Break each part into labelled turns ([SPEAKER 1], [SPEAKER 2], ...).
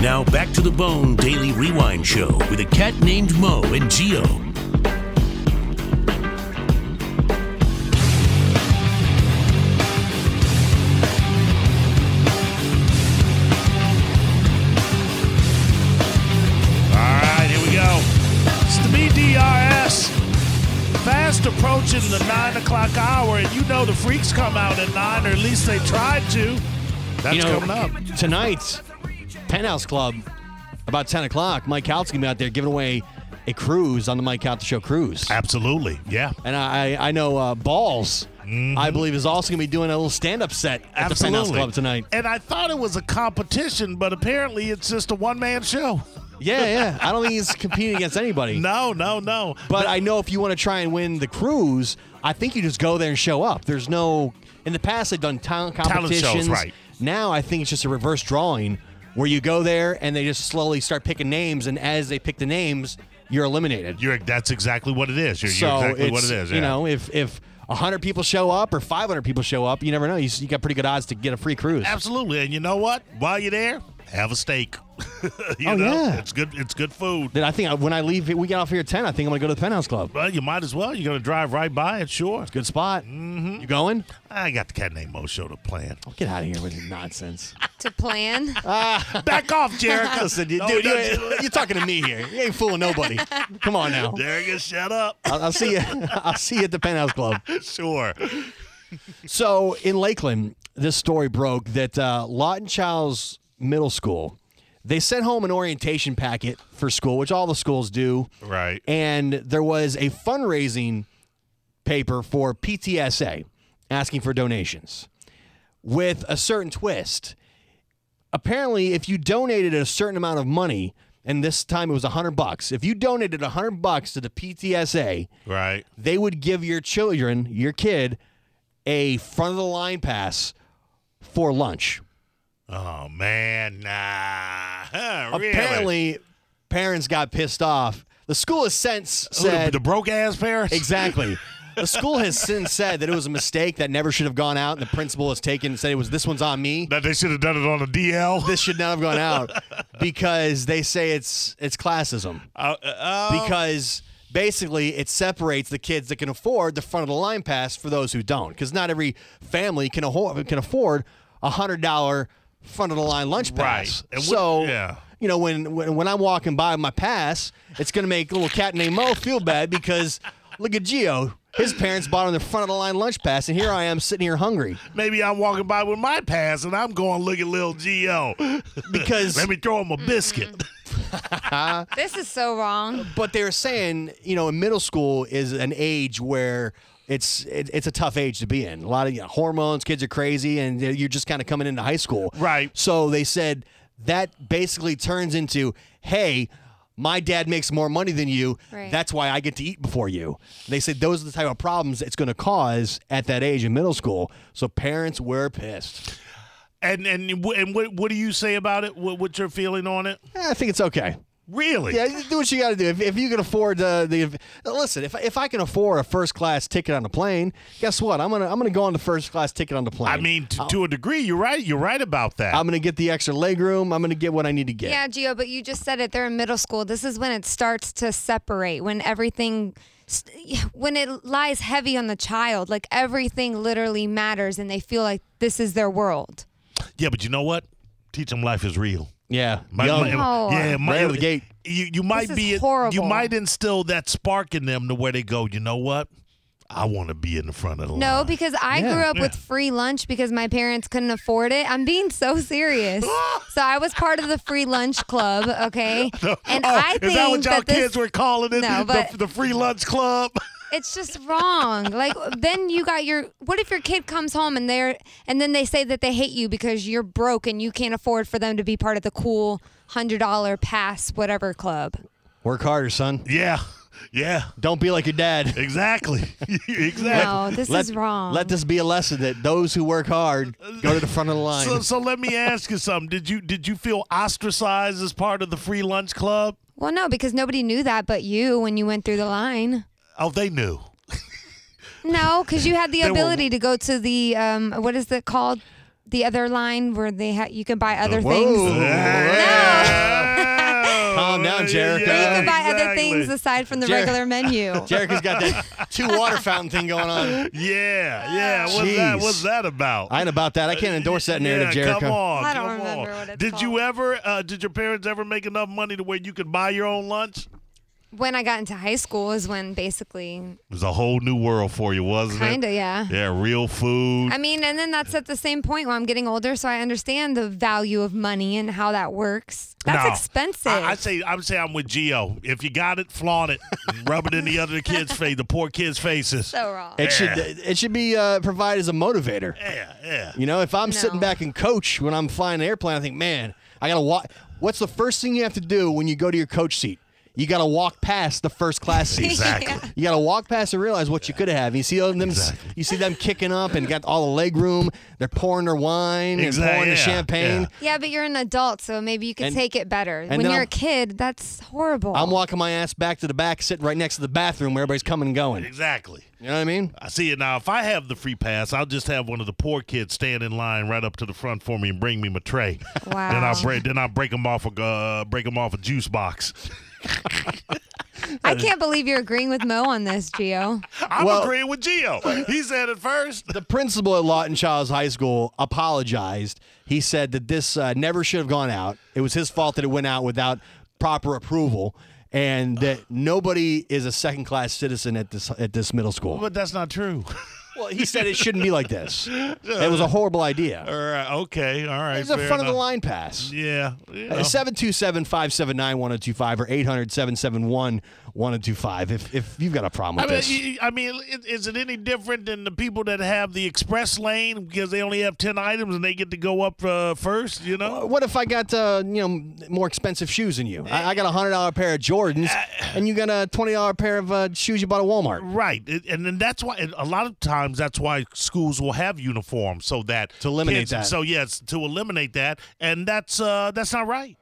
[SPEAKER 1] Now back to the Bone Daily Rewind Show with a cat named Mo and Geo.
[SPEAKER 2] All right, here we go. It's the BDRS. Fast approaching the 9 o'clock hour, and you know the freaks come out at 9, or at least they tried to. That's
[SPEAKER 3] you know,
[SPEAKER 2] coming up.
[SPEAKER 3] Tonight, Penthouse Club, about 10 o'clock, Mike Hout's going to be out there giving away a cruise on the Mike Hout Show cruise.
[SPEAKER 2] Absolutely, yeah.
[SPEAKER 3] And I, I know uh, Balls, I believe, is also going to be doing a little stand up set at the Penthouse
[SPEAKER 2] Mm-hmm. Absolutely.
[SPEAKER 3] Club tonight.
[SPEAKER 2] And I thought it was a competition, but apparently it's just a one man show.
[SPEAKER 3] Yeah, yeah. I don't think he's competing against anybody.
[SPEAKER 2] No, Oh, no, no.
[SPEAKER 3] But I know if you want to try and win the cruise, I think you just go there and show up. There's no. In the past, they've done talent
[SPEAKER 2] Talent shows,
[SPEAKER 3] competitions.
[SPEAKER 2] right.
[SPEAKER 3] Now I think it's just a reverse drawing where you go there and they just slowly start picking names, and as they pick the names, you're eliminated.
[SPEAKER 2] You're, that's exactly what it is. You're, you're
[SPEAKER 3] so
[SPEAKER 2] exactly
[SPEAKER 3] it's,
[SPEAKER 2] what it is.
[SPEAKER 3] You
[SPEAKER 2] yeah.
[SPEAKER 3] know, if if 100 people show up or 500 people show up, you never know. You, s- you got pretty good odds to get a free cruise.
[SPEAKER 2] Absolutely. And you know what? While you're there, have a steak. you
[SPEAKER 3] Oh,
[SPEAKER 2] know,
[SPEAKER 3] yeah.
[SPEAKER 2] it's good it's good food.
[SPEAKER 3] Then I think I, when I leave, we get off here at 10. I think I'm gonna go to the Penthouse Club.
[SPEAKER 2] Well, you might as well. You're going to drive right by it, sure.
[SPEAKER 3] Good spot. Mm-hmm. You going?
[SPEAKER 2] I got the cat named Mo show to plan.
[SPEAKER 3] Get out of here with your nonsense.
[SPEAKER 4] to plan.
[SPEAKER 2] Back off, Jerica.
[SPEAKER 3] Listen, you,
[SPEAKER 2] No,
[SPEAKER 3] dude, you,
[SPEAKER 2] no,
[SPEAKER 3] you're talking to me here. You ain't fooling nobody. Come on now.
[SPEAKER 2] Jerica, shut up.
[SPEAKER 3] I'll, I'll see you. I'll see you at the Penthouse Club.
[SPEAKER 2] Sure.
[SPEAKER 3] So in Lakeland, this story broke that uh, Lawton Childs Middle School, they sent home an orientation packet for school, which all the schools do,
[SPEAKER 2] Right.
[SPEAKER 3] and there was a fundraising paper for PTSA asking for donations with a certain twist. Apparently, if you donated a certain amount of money, and this time it was 100 bucks, if you donated 100 bucks to the PTSA,
[SPEAKER 2] Right.
[SPEAKER 3] they would give your children, your kid, a front of the line pass for lunch.
[SPEAKER 2] Oh, man. Nah. Huh, really?
[SPEAKER 3] Apparently, parents got pissed off. The school has since
[SPEAKER 2] Who, the-
[SPEAKER 3] said
[SPEAKER 2] the broke ass parents?
[SPEAKER 3] exactly. The school has since said that it was a mistake that never should have gone out, and the principal has taken and said it was this one's on me.
[SPEAKER 2] That they should have done it on the DL.
[SPEAKER 3] This should not have gone out because they say it's it's classism.
[SPEAKER 2] Uh, uh, uh,
[SPEAKER 3] because basically it separates the kids that can afford the front of the line pass for those who don't because not every family can, aho- can afford a hundred dollar front of the line lunch
[SPEAKER 2] Right.
[SPEAKER 3] pass
[SPEAKER 2] And we-
[SPEAKER 3] so
[SPEAKER 2] yeah.
[SPEAKER 3] you know when, when when i'm walking by my pass it's gonna make little cat named mo feel bad because look at geo his parents bought him the front of the line lunch pass and here i am sitting here hungry
[SPEAKER 2] maybe I'm walking by with my pass and I'm going, look at little Geo.
[SPEAKER 3] because
[SPEAKER 2] Let me throw him a biscuit.
[SPEAKER 4] this is so wrong.
[SPEAKER 3] but they were saying, you know, in middle school is an age where it's it, it's a tough age to be in. A lot of you know, hormones, kids are crazy, and they're- you're just kind of coming into high school.
[SPEAKER 2] Right.
[SPEAKER 3] So they said that basically turns into, hey. My dad makes more money than you.
[SPEAKER 4] Right.
[SPEAKER 3] That's why I get to eat before you. They said those are the type of problems it's going to cause at that age in middle school. So parents were pissed.
[SPEAKER 2] And and wh- and what what do you say about it? What, what's your feeling on it?
[SPEAKER 3] Eh, I think it's okay.
[SPEAKER 2] Really?
[SPEAKER 3] Yeah, do what you got to do. If, if you can afford uh, the, if, listen, if, if I can afford a first class ticket on a plane, guess what? I'm gonna I'm gonna go on the first class ticket on the plane.
[SPEAKER 2] I mean, t- to a degree, you're right. You're right about that.
[SPEAKER 3] I'm gonna get the extra leg room. I'm gonna get what I need to get.
[SPEAKER 4] Yeah, Gio, but you just said it. They're in middle school. This is when it starts to separate, when everything, st- when it lies heavy on the child. Like everything literally matters and they feel like this is their world.
[SPEAKER 2] yeah, but you know what? Teach them life is real.
[SPEAKER 3] yeah.
[SPEAKER 2] My-
[SPEAKER 3] Young.
[SPEAKER 2] my-
[SPEAKER 4] No.
[SPEAKER 2] Yeah, my-
[SPEAKER 3] Right out of the gate.
[SPEAKER 2] You you might
[SPEAKER 4] Oh. is
[SPEAKER 2] be you
[SPEAKER 4] horrible.
[SPEAKER 2] might instill that spark in them to where they go. You know what? I want to be in the front of the
[SPEAKER 4] No,
[SPEAKER 2] line.
[SPEAKER 4] because I
[SPEAKER 3] Yeah.
[SPEAKER 4] grew up with free lunch because my parents couldn't afford it. I'm being so serious. so I was part of the free lunch club, okay? And
[SPEAKER 2] Oh,
[SPEAKER 4] I think
[SPEAKER 2] is that what y'all
[SPEAKER 4] this,
[SPEAKER 2] kids were calling it?
[SPEAKER 4] No,
[SPEAKER 2] The-
[SPEAKER 4] but-
[SPEAKER 2] the free lunch club.
[SPEAKER 4] it's just wrong. Like then you got your what if your kid comes home and they're and then they say that they hate you because you're broke and you can't afford for them to be part of the cool hundred dollar pass whatever club.
[SPEAKER 3] Work harder, son.
[SPEAKER 2] yeah, yeah,
[SPEAKER 3] Don't be like your dad.
[SPEAKER 2] exactly, exactly.
[SPEAKER 4] No, this
[SPEAKER 3] let,
[SPEAKER 4] is wrong.
[SPEAKER 3] Let this be a lesson that those who work hard go to the front of the line.
[SPEAKER 2] So, so let me ask you something. Did you did you feel ostracized as part of the free lunch club?
[SPEAKER 4] well, no, because nobody knew that but you when you went through the line.
[SPEAKER 2] Oh, they knew.
[SPEAKER 4] No, because you had the
[SPEAKER 2] They were-
[SPEAKER 4] ability to go to the um what is it called? The other line where they ha- you can buy other
[SPEAKER 3] Whoa.
[SPEAKER 4] things.
[SPEAKER 3] Yeah.
[SPEAKER 4] No.
[SPEAKER 3] Oh. Jericho.
[SPEAKER 4] You
[SPEAKER 2] yeah,
[SPEAKER 4] can buy other
[SPEAKER 2] exactly.
[SPEAKER 4] things aside from the
[SPEAKER 3] Jer-
[SPEAKER 4] regular menu.
[SPEAKER 3] Jericho's got that two water fountain thing going on.
[SPEAKER 2] Yeah, yeah. What's that,
[SPEAKER 3] Jeez.
[SPEAKER 2] what's that about?
[SPEAKER 3] I ain't about that. I can't endorse that narrative,
[SPEAKER 2] yeah,
[SPEAKER 3] Jericho.
[SPEAKER 2] come on.
[SPEAKER 4] I don't
[SPEAKER 2] come
[SPEAKER 4] remember
[SPEAKER 2] on.
[SPEAKER 4] what it's
[SPEAKER 2] Did you
[SPEAKER 4] called.
[SPEAKER 2] ever, uh, did your parents ever make enough money to where you could buy your own lunch?
[SPEAKER 4] when I got into high school is when basically
[SPEAKER 2] It was a whole new world for you, wasn't it?
[SPEAKER 4] kind of yeah.
[SPEAKER 2] Yeah, real food.
[SPEAKER 4] I mean, and then that's at the same point where I'm getting older, so I understand the value of money and how that works. That's
[SPEAKER 2] No.
[SPEAKER 4] expensive.
[SPEAKER 2] I, I say I would say I'm with Geo. If you got it, flaunt it. Rub it in the other kids' face, the poor kids' faces.
[SPEAKER 4] so wrong.
[SPEAKER 3] It should it should be uh, provided as a motivator.
[SPEAKER 2] yeah, yeah.
[SPEAKER 3] You know, if I'm sitting
[SPEAKER 4] No.
[SPEAKER 3] back and coach when I'm flying an airplane, I think, man, I gotta walk. What's the first thing you have to do when you go to your coach seat? You gotta walk past the first class seat.
[SPEAKER 2] Exactly.
[SPEAKER 3] You gotta walk past and realize what you could have. You see all them,
[SPEAKER 2] Exactly.
[SPEAKER 3] you see them kicking up and got all the leg room. They're pouring their wine
[SPEAKER 2] Exact-
[SPEAKER 3] and pouring the
[SPEAKER 2] yeah,
[SPEAKER 3] champagne.
[SPEAKER 2] yeah.
[SPEAKER 4] Yeah, but you're an adult, so maybe you can
[SPEAKER 3] And-
[SPEAKER 4] take it better. When
[SPEAKER 3] then
[SPEAKER 4] you're
[SPEAKER 3] I'm-
[SPEAKER 4] a kid, that's horrible.
[SPEAKER 3] I'm walking my ass back to the back, sitting right next to the bathroom where everybody's coming and going.
[SPEAKER 2] Exactly.
[SPEAKER 3] You know what I mean?
[SPEAKER 2] I see it now. If I have the free pass, I'll just have one of the poor kids stand in line right up to the front for me and bring me my tray.
[SPEAKER 4] Wow.
[SPEAKER 2] Then I break. Then I break them off a uh, break 'em off a juice box.
[SPEAKER 4] I can't believe you're agreeing with Mo on this, Gio.
[SPEAKER 2] I'm
[SPEAKER 3] Well-
[SPEAKER 2] agreeing with Geo. He said it first.
[SPEAKER 3] The principal at Lawton Childs High School apologized. He said that this uh, never should have gone out. It was his fault that it went out without proper approval, and that nobody is a second class citizen at this at this middle school.
[SPEAKER 2] But that's not true.
[SPEAKER 3] Well, he said it shouldn't be like this. It was a horrible idea.
[SPEAKER 2] all right. Okay. All right.
[SPEAKER 3] It was a
[SPEAKER 2] fair
[SPEAKER 3] front of the
[SPEAKER 2] enough.
[SPEAKER 3] line pass. Uh,
[SPEAKER 2] Yeah. you know.
[SPEAKER 3] 727 579 1025 or 800 771 1025 if you've got a problem
[SPEAKER 2] I
[SPEAKER 3] with
[SPEAKER 2] mean,
[SPEAKER 3] this.
[SPEAKER 2] y- y- I mean, i- is it any different than the people that have the express lane because they only have ten items and they get to go up uh, first? You know,
[SPEAKER 3] What if I got uh, you know more expensive shoes than you? I, I got a hundred dollar pair of Jordans,
[SPEAKER 2] Uh,
[SPEAKER 3] and you got a twenty dollar pair of uh, shoes you bought at Walmart.
[SPEAKER 2] right? It- And then that's why and a lot of times that's why schools will have uniforms so that to
[SPEAKER 3] eliminate that.
[SPEAKER 2] So yes, to eliminate that, and that's uh, that's not right.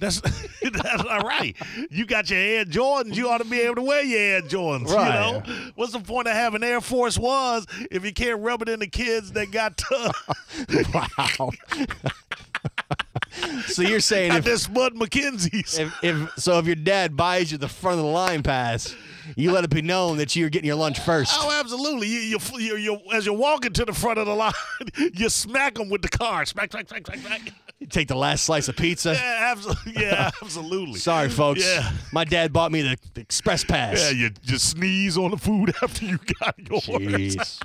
[SPEAKER 2] That's that's not right. You got your Air Jordans. You ought to be able to wear your Air Jordans.
[SPEAKER 3] Right.
[SPEAKER 2] You know, what's the point of having Air Force Ones if you can't rub it in the kids that got uh, to,
[SPEAKER 3] Wow. so you're saying
[SPEAKER 2] got
[SPEAKER 3] if,
[SPEAKER 2] their Spud McKenzie's?
[SPEAKER 3] if if so if your dad buys you the front of the line pass, you let it be known that you're getting your lunch first.
[SPEAKER 2] Oh, absolutely. You, you, you, you, as you're walking to the front of the line, you smack them with the car. Smack, smack, smack, smack, smack.
[SPEAKER 3] You take the last slice of pizza.
[SPEAKER 2] Yeah, absolutely. Yeah, absolutely.
[SPEAKER 3] Sorry, folks.
[SPEAKER 2] Yeah.
[SPEAKER 3] My dad bought me the, the express
[SPEAKER 2] Yeah,
[SPEAKER 3] pass.
[SPEAKER 2] you, you sneeze on the food after you got yours.
[SPEAKER 3] Jeez.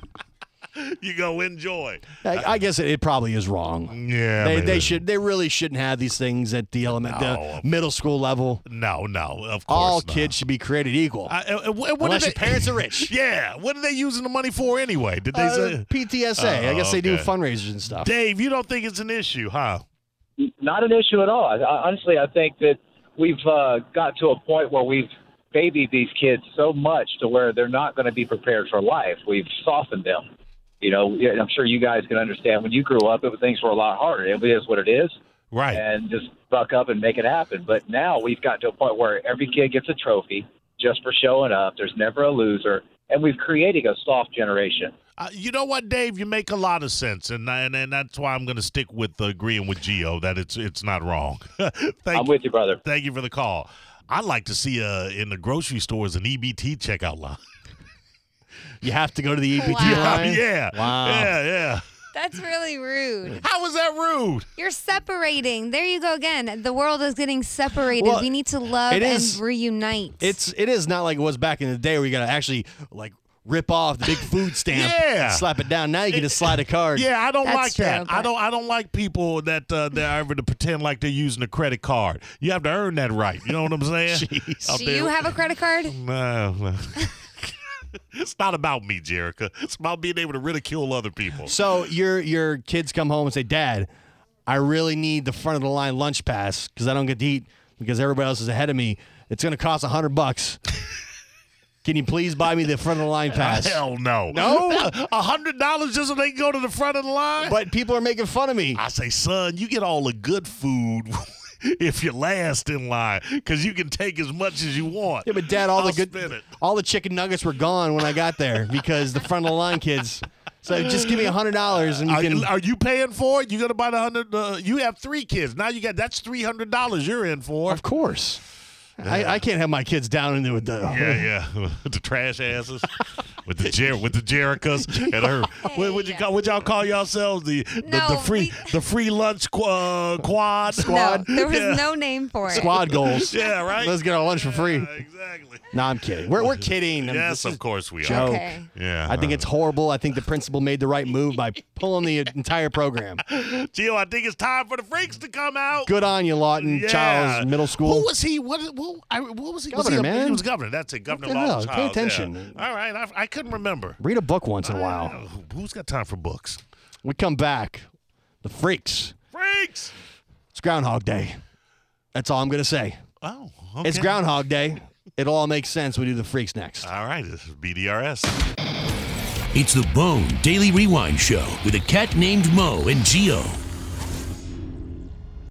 [SPEAKER 2] You go enjoy.
[SPEAKER 3] I, I guess it, it probably is wrong.
[SPEAKER 2] Yeah,
[SPEAKER 3] They,
[SPEAKER 2] man.
[SPEAKER 3] they should. They really shouldn't have these things at the element,
[SPEAKER 2] No.
[SPEAKER 3] the middle school level.
[SPEAKER 2] No, no, of course
[SPEAKER 3] All
[SPEAKER 2] not.
[SPEAKER 3] kids should be created equal.
[SPEAKER 2] I, uh, uh, wh- what
[SPEAKER 3] Unless
[SPEAKER 2] did
[SPEAKER 3] your parents are rich.
[SPEAKER 2] Yeah. What are they using the money for anyway? Did they
[SPEAKER 3] Uh,
[SPEAKER 2] say?
[SPEAKER 3] PTSA. I
[SPEAKER 2] Oh,
[SPEAKER 3] guess they do
[SPEAKER 2] okay.
[SPEAKER 3] fundraisers and stuff.
[SPEAKER 2] Dave, you don't think it's an issue, huh?
[SPEAKER 5] not an issue at all. I, I- honestly, I think that we've uh, got to a point where we've babied these kids so much to where they're not going to be prepared for life. We've softened them. You know, yeah, and I'm sure you guys can understand when you grew up, it, things were a lot harder. It is what it is,
[SPEAKER 2] Right.
[SPEAKER 5] and just buck up and make it happen. But now we've got to a point where every kid gets a trophy just for showing up. There's never a loser, and we've created a soft generation.
[SPEAKER 2] Uh, you know what, Dave? You make a lot of sense, and and, and that's why I'm going to stick with agreeing with Geo that it's it's not wrong.
[SPEAKER 5] I'm
[SPEAKER 2] thank you,
[SPEAKER 5] with you, brother.
[SPEAKER 2] thank you for the call. I'd like to see uh, in the grocery stores an EBT checkout line.
[SPEAKER 3] You have to go to the EBT
[SPEAKER 4] Wow.
[SPEAKER 3] line.
[SPEAKER 2] yeah,
[SPEAKER 3] Wow.
[SPEAKER 2] yeah, yeah.
[SPEAKER 4] That's really rude.
[SPEAKER 2] How was that rude?
[SPEAKER 4] You're separating. There you go again. The world is getting separated.
[SPEAKER 3] Well,
[SPEAKER 4] we need to love
[SPEAKER 3] it
[SPEAKER 4] and
[SPEAKER 3] is-
[SPEAKER 4] reunite.
[SPEAKER 3] It's it is not like it was back in the day where you got to actually like rip off the big food stamp,
[SPEAKER 2] Yeah.
[SPEAKER 3] and slap it down. Now you can just slide a card.
[SPEAKER 2] Yeah, I don't
[SPEAKER 4] That's
[SPEAKER 2] like that.
[SPEAKER 4] true,
[SPEAKER 2] I
[SPEAKER 4] but-
[SPEAKER 2] don't. I don't like people that uh, that are ever to pretend like they're using a credit card. You have to earn that right. You know what I'm saying? Out
[SPEAKER 4] Do
[SPEAKER 2] there-
[SPEAKER 4] you have a credit card?
[SPEAKER 2] No, no. it's not about me, Jerica. It's about being able to ridicule other people.
[SPEAKER 3] So your your kids come home and say, Dad, I really need the front of the line lunch pass because I don't get to eat because everybody else is ahead of me. It's gonna cost a hundred bucks. Can you please buy me the front of the line pass?
[SPEAKER 2] Hell no.
[SPEAKER 3] No?
[SPEAKER 2] A hundred dollars just so they can go to the front of the line?
[SPEAKER 3] But people are making fun of me.
[SPEAKER 2] I say, son, you get all the good food if you're last in line because you can take as much as you want.
[SPEAKER 3] Yeah, but Dad, all
[SPEAKER 2] I'll
[SPEAKER 3] the good,
[SPEAKER 2] spin it.
[SPEAKER 3] all the chicken nuggets were gone when I got there because the front of the line kids. So just give me a hundred dollars and you
[SPEAKER 2] Are,
[SPEAKER 3] can.
[SPEAKER 2] are you paying for it? You got to buy the hundred. Uh, you have three kids now. You got that's three hundred dollars you're in for.
[SPEAKER 3] Of course. I, I can't have my kids down into it though.
[SPEAKER 2] Yeah, yeah, with the trash asses, with the Jer- with the Jericas and her. What would you call? What y'all call yourselves? The the, the
[SPEAKER 4] No,
[SPEAKER 2] free
[SPEAKER 4] we-
[SPEAKER 2] the free lunch qu- uh, quad
[SPEAKER 4] No,
[SPEAKER 2] squad.
[SPEAKER 4] there was
[SPEAKER 2] yeah.
[SPEAKER 4] no name for it.
[SPEAKER 3] Squad goals.
[SPEAKER 2] Yeah, right.
[SPEAKER 3] Let's get our lunch for free.
[SPEAKER 2] Yeah, exactly.
[SPEAKER 3] No, I'm kidding. We're, we're kidding. I'm-
[SPEAKER 2] Yes,
[SPEAKER 3] this
[SPEAKER 2] of
[SPEAKER 3] is-
[SPEAKER 2] course we are.
[SPEAKER 3] joke.
[SPEAKER 4] Okay.
[SPEAKER 2] Yeah,
[SPEAKER 3] I think it's horrible. I think the principal made the right move by pulling the entire program.
[SPEAKER 2] Gio. I think it's time for the freaks to come out.
[SPEAKER 3] Good on you, Lawton
[SPEAKER 2] Yeah.
[SPEAKER 3] Childs Middle School.
[SPEAKER 2] Who was he? What? What, I, what was he?
[SPEAKER 3] Governor,
[SPEAKER 2] was he, a-
[SPEAKER 3] man.
[SPEAKER 2] He was governor. That's it. Governor
[SPEAKER 3] What the hell?
[SPEAKER 2] Lawton
[SPEAKER 3] Pay
[SPEAKER 2] Childs, yeah.
[SPEAKER 3] attention.
[SPEAKER 2] All right, I, I couldn't remember.
[SPEAKER 3] Read a book once in a while.
[SPEAKER 2] Uh, Who's got time for books?
[SPEAKER 3] We come back. The freaks.
[SPEAKER 2] Freaks.
[SPEAKER 3] It's Groundhog Day. That's all I'm gonna say.
[SPEAKER 2] Oh, okay.
[SPEAKER 3] It's Groundhog Day. It all makes sense. We do the freaks next.
[SPEAKER 2] All right, this is BDRS.
[SPEAKER 1] It's the Bone Daily Rewind Show with a cat named Mo and Geo.